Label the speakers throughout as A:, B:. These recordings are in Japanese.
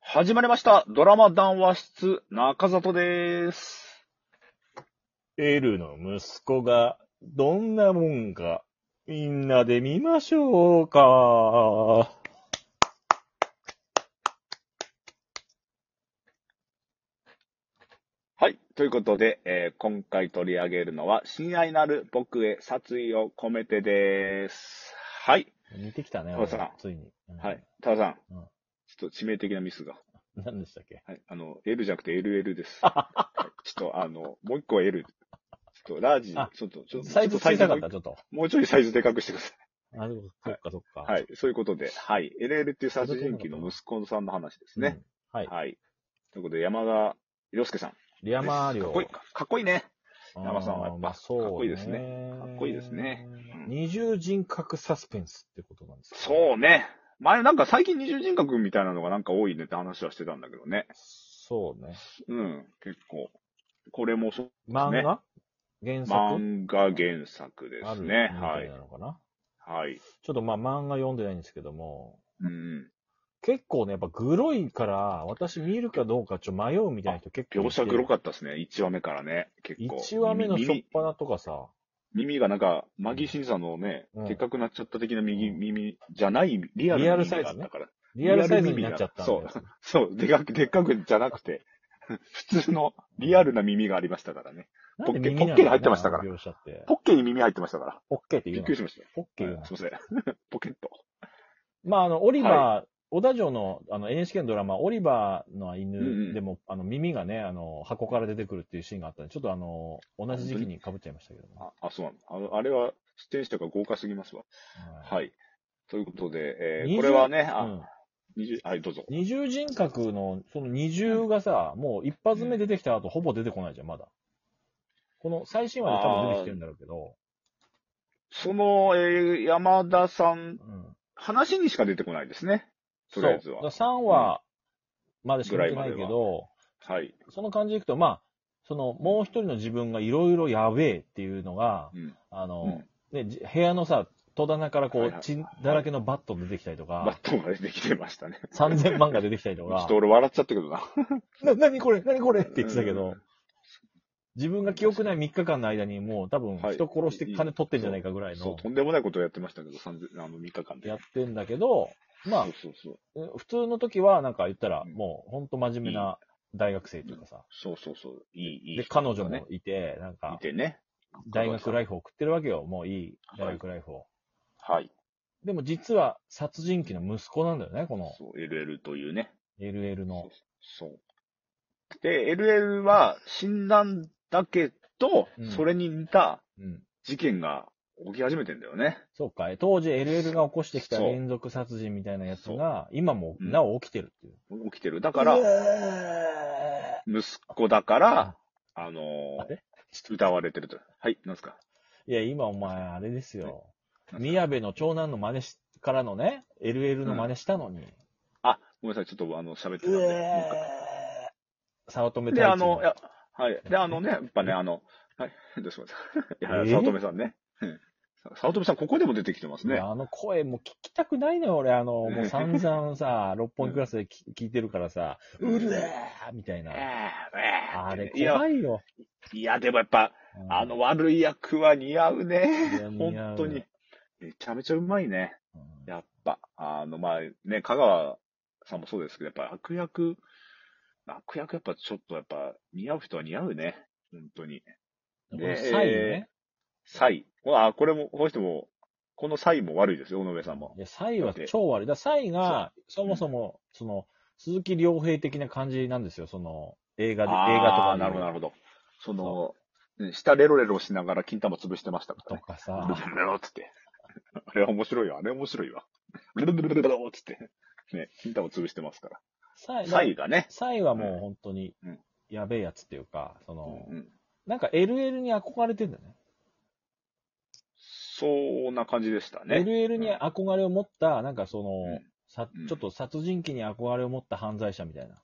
A: 始まりました。ドラマ談話室、中里です。
B: エルの息子が、どんなもんか、みんなで見ましょうか。
A: はい。ということで、えー今回取り上げるのは、親愛なる僕へ殺意を込めてです。はい。
B: 似てきたね、
A: そう
B: 俺
A: さ
B: ついに。うん
A: はい。。タワさん
B: うん、
A: ちょっと致命的なミスが。
B: 何でしたっけ
A: はい。あの、L じゃなくて LL です。はいちょっと、あの、もう一個は L。ちょっと、ラージ、ち
B: あ
A: ょっと、ちょっと、
B: サイズ
A: ちょ
B: 小
A: っと
B: さかった、ちょっと。
A: もうちょいサイズでかくしてくださ
B: あ、そっかそっか。
A: い。はい。そういうことで、はい。LL っていう殺人鬼の息子さんの話です
B: うん。
A: ね。
B: はい。
A: はい。ということで、山田洋介さん。
B: リアマーリ
A: か
B: オ。
A: っこいい、かっこいいね。
B: うん。
A: 山さんはやっぱ
B: まあそう
A: かっこいいです
B: ね
A: かっこいいですね。うん
B: 二重人格サスペンスってことなんですか
A: そうね。前なんか最近二重人格みたいなのがなんか多いねって話はしてたんだけどね。
B: そうね。
A: うん、結構。これもそう、
B: 漫画原作
A: 漫画原作で
B: あ
A: す
B: る
A: ね。
B: み
A: は
B: たい
A: い。
B: なのかな
A: はい。
B: ちょっとまあ漫画読んでないんですけども、
A: うん。
B: 結構ね、やっぱグロいから、私見るかどうかちょっと迷うみたいな人結構いて。
A: 描写黒かったですね。1話目からね。結構。
B: 1話目の初っ
A: 耳
B: 端とかさ、
A: 耳がなんか、マギシンさんのね、
B: うん
A: でっかくなっちゃった的な右耳じゃない、リアルな
B: リアル
A: 耳
B: サイ
A: があ
B: ズ
A: っ
B: ね
A: たから。
B: リアルサイズになっちゃったんだよ
A: リアル耳がそう、でかく、でっかくじゃなくて、 普通のリアルな耳がありましたからね。
B: なんで耳
A: ポッケポ
B: なの
A: ッケに入ってましたから
B: あの描写って。
A: ポッケに耳入ってましたから。
B: ポッケって
A: び
B: 言
A: っ
B: う
A: くり
B: の
A: しました。
B: ポッケ言うの
A: すいません。 ポケット。
B: まあ、あの、オリバー、小田城のあの NHK のドラマ、オリバーの
A: うんうん
B: 犬でも、あの耳がね、あの箱から出てくるっていうシーンがあったんで、ちょっとあの、同じ時期に被っちゃいましたけどね、
A: あ、あそうなの。あのあれは、出演者が豪華すぎますわ。
B: い。
A: はい。ということで、えー、
B: 20
A: これはね、
B: う
A: あ、
B: ん
A: 二十、はい、どうぞ。
B: 二重人格の、その二重がさ、もう一発目出てきた後、ほぼ出てこないじゃん、まだ。この最新話で多分出てきてるんだろうけど、
A: その、えー、山田さん、
B: うん。
A: 話にしか出てこないですね。とりあえずは
B: 3話までしか見てないけ
A: ぐらいまで
B: ど、
A: はい。
B: その感じでいくと、まあ、その、もう一人の自分がいろいろやべえっていうのが、
A: うん。
B: あ
A: う
B: の
A: ん、
B: ね、じ部屋のさ、戸棚からこ
A: はいは
B: う
A: い、
B: 血だらけのバット出てきたりと
A: バ
B: か
A: ッ、トが出てきてましたね。
B: 3000万が出てきたり
A: ち
B: と
A: ょっ
B: か
A: と、俺笑っちゃったけどな。
B: な、なにこれ、なにこれって言ってたけ
A: う
B: ど
A: ん、
B: 自分が記憶ない3日間の間にもう多分
A: はい
B: 人殺して金取ってんじゃないかぐらい
A: そう、
B: の
A: とんでもないことをやってましたけど、三あの、3日間で。
B: やってんだけど、ま
A: そうそうそう。
B: あ、普通の時はなんか言ったら
A: うん
B: もうほんと真面目な大学生というかさ、
A: そうそうそう。いい、いい。
B: で、彼女も。いて、なん
A: い
B: か
A: てね。
B: 大学ライ
A: フ。
B: フを送ってるわけよ、もういい
A: はい
B: 大学ライフを。
A: はい。
B: でも実は殺人鬼の息子なんだよね、この
A: そう、LL というね。
B: LL の。
A: そう。で、LL は死んだんだけど、
B: うん
A: それに似た
B: うん。
A: 事件が起き始めてんだよね。
B: そうか、当時 LL が起こしてきた
A: そう
B: 連続殺人みたいなやつが今もなお起きてるっていう。
A: 起きてる。だから、息子だから、あの
B: あれ
A: ー、歌われてると。はい、なんすか。
B: いや、今お前、あれですよ。
A: はい
B: 宮部の長男の真似し、からのね、LL の真似したのに。
A: あ、ごめんなさい、ちょっとあの、喋ってたんで。もう一回
B: 早乙女太一
A: で、あの、いや、はい。で、あのね、やっぱね、あの、はい、 どうしました。いや、
B: えー
A: 早乙女さんね。うん早乙女さん、ここでも出てきてます
B: い
A: ね
B: や。あの声も聞きたくないのよ、俺。あの、もう散々さ、六本木クラスでき聞いてるからさ、うるえーみたい
A: え
B: な。
A: ー
B: あ
A: え
B: れ
A: ーいや、
B: 怖いよ。
A: いや、でもやっぱ、
B: うん
A: あの、悪い役は似合う
B: い
A: ね
B: や。似合
A: 本
B: う
A: 当に。めちゃめちゃうまいね。
B: うん
A: やっぱ、あの、まあ、ね、香川さんもそうですけど、やっぱ悪役、悪役やっぱちょっとやっぱ似合う人は似合うね。本当に。
B: こ
A: で
B: のサイね。
A: サイ。あ、これも、この人も、このサイも悪いですよ、尾上さんも。
B: いや、サイは超悪い。だサイが、そもそも、その、鈴木良平的な感じなんですよ、その、映画で、映
A: あー
B: 画とかで
A: なるほど、
B: 言う
A: なるほど。その、うん下レロレロしながら金玉潰してましたから
B: と
A: ね。
B: か
A: レ
B: さ
A: ロ。レロっつって。あれは面白いわ、あれ面白いわ。レロレロレロレロっつって。ね、金玉潰してますか
B: サ
A: ら。サイがね。
B: サイはもう本当に
A: うん、
B: やべえやつっていうか、そ
A: うん
B: の、
A: うん
B: なんか LL に憧れてんだよね。
A: そんな感じでしたね。
B: LL に憧れを持った、なんかその、
A: うん
B: さ
A: うん
B: ちょっと殺人鬼に憧れを持った犯罪者みたいな。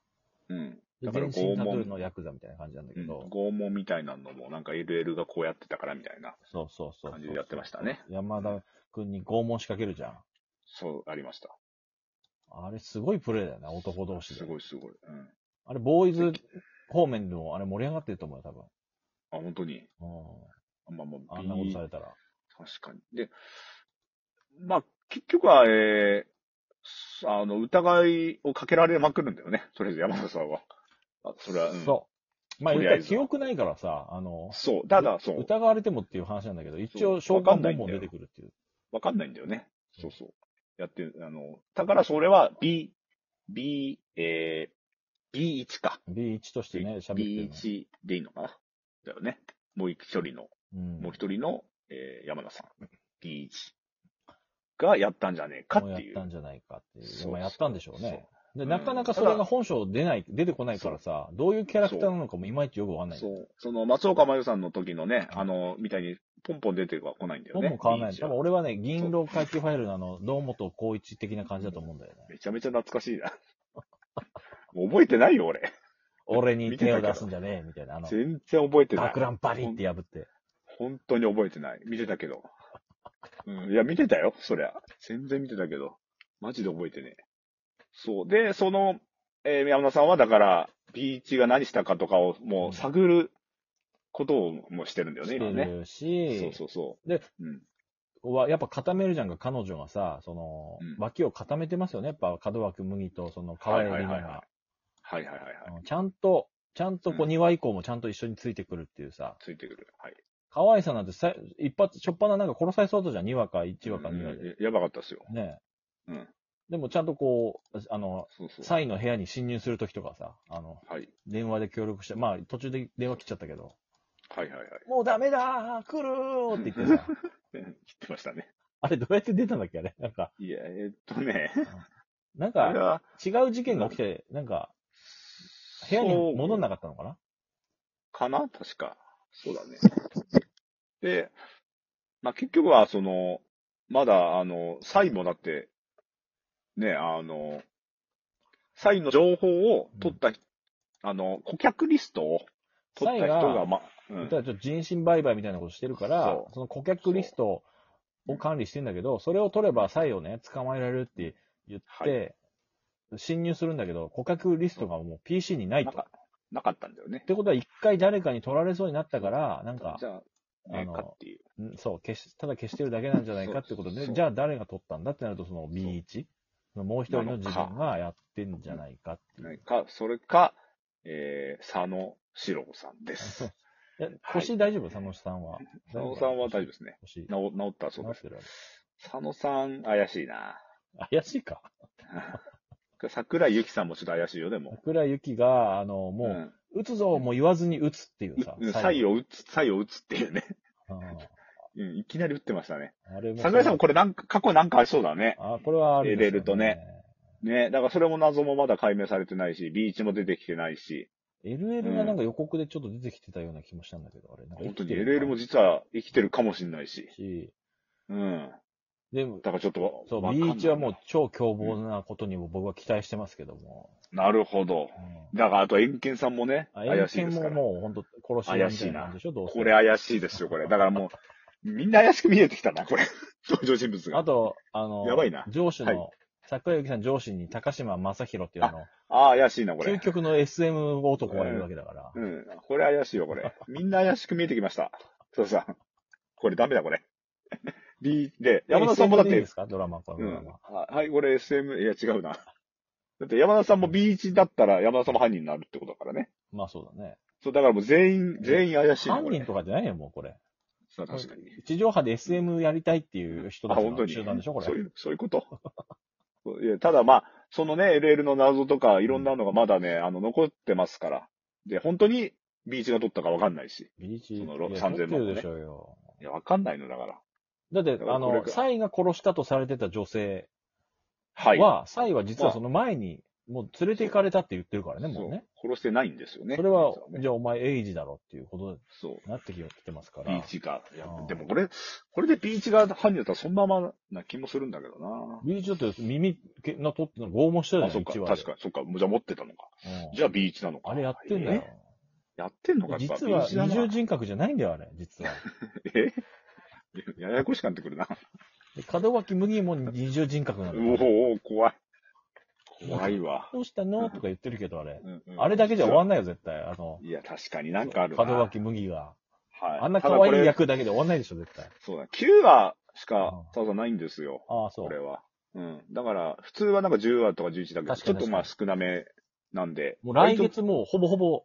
A: うん。
B: で
A: だから
B: 全身タト
A: 拷
B: ゥー
A: 問
B: のヤクザみたいな感じなんだ
A: う
B: け
A: ん
B: ど。
A: 拷問みたいなのも、なんか LL がこうやってたからみたいな
B: そうそうそうそう。
A: 感じでやってましたね。
B: 山田くんに拷問仕掛けるじゃん。
A: そう、ありました。
B: あれすごいプレーだよな、男同士
A: す
B: で。
A: ごいすごい。うん。
B: あれ、ボーイズ方面でもあれ盛り上がってると思うよ、多分。
A: あ、本当に。
B: う
A: まあま
B: ん。
A: あ、
B: あんなことさ
A: B
B: れたら。
A: 確かに。で、まあ、結局は、えーあの、疑いをかけられまくるんだよね。とりあえず山田さんは。あそれは、うん、
B: そう。まあ、
A: と
B: 言
A: り
B: った
A: あえ
B: ら
A: ずは
B: 記憶ないからさ、あの、
A: そう。ただ、そう。
B: 疑われてもっていう話なんだけど、一応、
A: そう
B: 召
A: わか
B: 喚
A: んない
B: 本
A: んだ
B: も
A: よ
B: 出てくるっていう。
A: わかんないんだよね。そうそう。やってる、あの、だからそれは B、B、えー、B1 か。
B: B1 としてね、喋ってる
A: B1 でいいのかなだよね。もう一人の、
B: の。うん。
A: もう一人の、えー山田さん。B1 がやったんじゃねえか
B: もう
A: っ
B: や
A: て
B: っ
A: いう
B: た。んじゃないかっていう。
A: そう
B: まあ、やったんでしょうね。で、
A: うん
B: なかなかそれが本性出ない、出てこないからさ、どういうキャラクターなのかもいまいちよくわかんない。
A: そう。その、松岡真由さんの時のね、あの、みたいに、ポンポン出ては来ないんだよ
B: 本
A: ね。
B: も買わない。
A: B1
B: 多
A: は
B: 分俺はね、銀狼回帰ファイルのあの、堂本光一的な感じだと思うんだよね。
A: めちゃめちゃ懐かしいな。 もう覚えてないよ、俺。
B: 俺に手を出すんじゃねえ、みたいな。あの、
A: 全然覚えてない
B: 学。ランパリって破って。
A: 本当に覚えてない。見てたけど。うん、いや、見てたよ、そりゃ。全然見てたけど。マジで覚えてねえ。そう。で、その、えー山田さんは、だから、B1 が何したかとかを、もう、探ることをもうしてるんだよ
B: して
A: ね、今ね。
B: る
A: そう
B: し、
A: そうそう。
B: で、
A: うん。
B: はやっぱ固めるじゃんか、彼女がさ、その
A: うん、
B: 脇を固めてますよね。やっぱ、門脇麦と、その、川栄里奈が。
A: はいはいはいはい。
B: うんちゃんと、ちゃんとこう、
A: うん
B: 2話以降もちゃんと一緒についてくるっていうさ、
A: ついてくる。はい。
B: 河合さんなんてさ、一発、しょっぱななんか殺されそうだったじゃん、2話か1話か2話
A: うん
B: で。
A: ややばかったっすよ。
B: ねえ
A: うん
B: でもちゃんとこう、あの、
A: そうそう。
B: サイの部屋に侵入するときとかさ、あの、
A: はい。
B: 電話で協力して、まあ途中で電話切っちゃったけど、
A: はいはいはい。
B: もうダメだー来るーっ て言ってさ、
A: うん言ってましたね。
B: あれどうやって出たんだっけあれなんか、
A: いや、えーっとね。
B: なん
A: あれ
B: か
A: は、
B: 違う事件が起きて、なんか部屋に戻んなかったのかな
A: かな確か。そうだね。で、まあ、結局は、その、まだ、あの、サイもだって、ね、あの、サイの情報を取った、あの、顧客リストを取った人
B: サイが
A: が、ま、うん
B: ただちょっと人身売買みたいなことしてるから
A: そ、う
B: その顧客リストを管理してんだけど、それを取ればサイをね、捕まえられるって言って、侵入するんだけど、顧客リストがもう PC にないと。
A: なん
B: っ
A: かなかったんだよね。
B: てことは一回誰かに取られそうになったから、なんか
A: じ、ゃあ、
B: あ
A: ね、
B: の
A: かっていう。
B: んそう、消し、ただ消してるだけなんじゃないかってこ
A: そ
B: と
A: う
B: で、
A: そう
B: じゃあ誰が取ったんだってなると、その B1、もう一人の自分がやってんじゃないかってい
A: 何
B: う。
A: か、それか、えー、佐野史郎さんです。
B: え腰大丈夫佐野さんは。
A: 佐野さんは大丈夫ですね。
B: 腰。
A: 治治ったそう
B: な
A: で
B: っ
A: す。
B: てる
A: 佐野さん、怪しいな。
B: 怪しいか
A: 桜井由紀さんもちょっと怪しいよ、でも。
B: 桜井由紀が、あの、もう、
A: うん
B: 打つぞも言わずに打つっていうさ。
A: うん、サイを打つ、サイを打つっていうね。
B: 最後
A: うん、いきなり打ってましたね。
B: うんあれも。
A: 桜井さんもこれなんか、過去なんかありそうだね。
B: あ、これはあるんですよ
A: 入れるとね。ね、だからそれも謎もまだ解明されてないし、ビーチも出てきてないし、
B: LL がなんか予告でちょっと出てきてたような気もしたんだけど、あれ。なんか生
A: 本当
B: き
A: に
B: てる
A: LL も実は生きてるかもしれないし。
B: し。
A: うん。
B: でも、
A: だからちょっと、
B: そう、
A: わかんない
B: B1 はもう超凶暴なことにも僕は期待してますけども。
A: なるほど。
B: うん
A: だからあと、エンケンさんもね、
B: あ、
A: 怪
B: 遠
A: しい
B: 見
A: ですか
B: も
A: ら。
B: もう本当殺し屋みたいなんでしょ、どうせ。
A: これ怪しいですよ、これ。だからもう、みんな怪しく見えてきたな、これ。 登場人物が。
B: あと、あの、
A: やばいな
B: 上司の、
A: は
B: 桜井由紀さん上司に高島正宏っていうあの、
A: ああ、怪しいな、これ
B: 究。極の SM 男がいるわけだから。
A: うん。これ怪しいよ、こ れ。みんな怪しく見えてきました。そうさん。これダメだ、こ れ。B で、山田さんもだっ
B: SM で
A: て
B: いいで、すかドラマ、こ
A: う
B: のド
A: ん
B: ラマ。。
A: あはい、これ SM、いや、違うな。だって山田さんも B1 だったら山田さんも犯人になるってことだからね。
B: まあそうだね。
A: そう、だからもう全員、全員怪しいな
B: 犯人と
A: か。
B: かじゃないよ、もうこれ。
A: そう確かに。
B: 地上波で SM やりたいっていう人
A: あ、
B: たち
A: 本当
B: の
A: に。
B: 集団でしょ、これ
A: そう。いう、そういうこと。 いや、ただまあ、そのね、LL の謎とかいろんなのがまだね、あの、残ってますから。で、本当に B1 が取ったかわかんないし。
B: ビーチ、
A: そのろ
B: いや
A: 3000万
B: 撮ってるでしょうよ。
A: いや、わかんないのだから。
B: だって
A: だ、から
B: あ
A: これ
B: の、
A: が
B: サイが殺したとされてた女性
A: はい。
B: は、サイは実はその前に、もう連れて行かれたって言ってるからね、もうね。
A: そう殺してないんですよね。
B: それは
A: 実、
B: じゃあお前エイジだろっていうこと
A: そう。
B: になってきてますから。
A: ビーチが。いや
B: うん
A: でもこれ、これでビーチが犯人だったらそんなままな気もするんだけどな。
B: ビーチだって耳の取っての拷問してた
A: あ、
B: じ
A: そ
B: ゃ
A: っ
B: ん、
A: か、
B: 一話で
A: 確かに、そっか、もうじゃあ持ってたのか。
B: うん
A: じゃあビーチなのか。
B: あれやってんだよ
A: え。やってんのか、やっぱ
B: 実は
A: ビーチだ
B: 二
A: な
B: 重人格じゃないんだよ、あれ、実は。
A: え ややこしくなってくるな。
B: で門脇麦も二重人格 な
A: お
B: んだよ。
A: お怖い。怖いわ。
B: どうしたのとか言ってるけど、あれ。
A: うんうん
B: あれだけじゃ終わんないよ、絶対。あの、
A: いや、確かになんかあるな。
B: 門脇麦が。
A: はい。
B: あんな
A: た
B: 可
A: だこれ
B: 愛い役だけで終わんないでしょ、絶対。
A: そうだ、9話し
B: う
A: か
B: ん、
A: ただないんですよ、
B: ああ、そ
A: これ
B: う。
A: は。うん。だから、普通はなんか10話とか11だけど、
B: 確
A: ち
B: か
A: ょ
B: に
A: っとまあ少なめなんで。
B: もう来
A: 割と
B: 月もうほぼほぼ、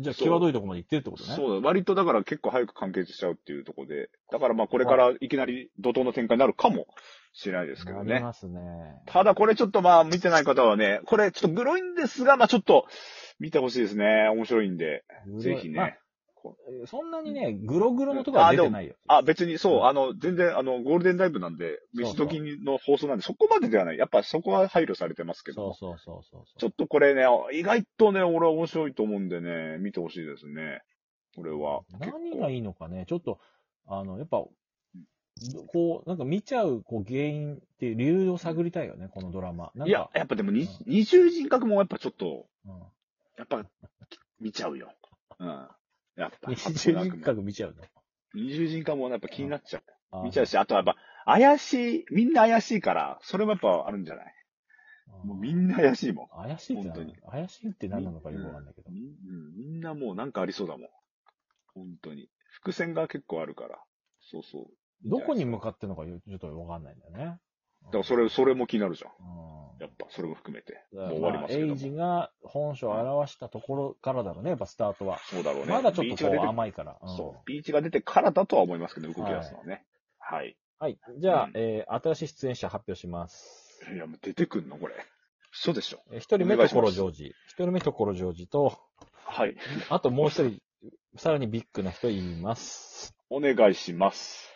B: じゃあ
A: そう
B: 際どいとこまで行ってるってことね。
A: そうだ、割とだから結構早く完結しちゃうっていうところで、だからまあこれからいきなり怒涛の展開になるかもしれないですけど
B: なり
A: ね。
B: ますね。
A: ただこれちょっとまあ見てない方はね、これちょっとグロいんですが、まあちょっと見てほしいですね。面白いんで、ぜひ
B: まあ
A: ね。
B: そんなにね、グログロのとこは出てないよ。
A: あ、別にそうう、
B: ん
A: あの、全然あの、ゴールデンライブなんで、
B: そう
A: 飯
B: そう
A: 時の放送なんで、そこまでではない。やっぱそこは配慮されてますけど
B: そう
A: も。
B: そうそうそう
A: ちょっとこれね、意外とね、俺は面白いと思うんでね、見てほしいですね。これは。
B: 何
A: 結
B: が
A: 構
B: いいのかね、ちょっと、あの、やっぱ、こう、なんか見ちゃう、こう、原因っていう理由を探りたいよね、このドラマ。なんか
A: いや、やっぱでもに、二重人格もやっぱちょっと、
B: うん
A: やっぱ、見ちゃうよ。うん。やっぱ。
B: 二重人格見ちゃうの。
A: 二重人格もやっぱ気になっちゃ
B: あ
A: う。
B: ー
A: 見ちゃうし、あとはやっぱ、怪しい、みんな怪しいから、それもやっぱあるんじゃないもうみんな怪しいもん。
B: 怪しいってな
A: 本当に
B: 怪しいって何なのかよくわかんないけど。
A: みうんみんなもうなんかありそうだもん。本当に。伏線が結構あるから。そうそう。
B: どこに向かってんのかよちょっとわかんないんだよね。
A: だからそれ、それも気になるじゃん。
B: うん
A: やっぱ、それも含めて。
B: だ
A: もう
B: から
A: 終わりますけど
B: エ
A: も。
B: イジが本性を表したところからだろうね、やっぱスタートは。
A: そうだろうね。
B: まだちょっとこ
A: ビーチが出
B: う
A: て
B: 甘いから。うん
A: そう。ビーチが出てからだとは思いますけど、動き出すのはね。はい。
B: はい。じゃあ、
A: うん
B: えー新しい出演者発表します。
A: い、や、もう出てくんのこれ。嘘でしょ。
B: えー一人目、
A: お願いします
B: 所ジョージ。一人目、所ジョージと、
A: はい。
B: あともう一人、さらにビッグな人います。
A: お願いします。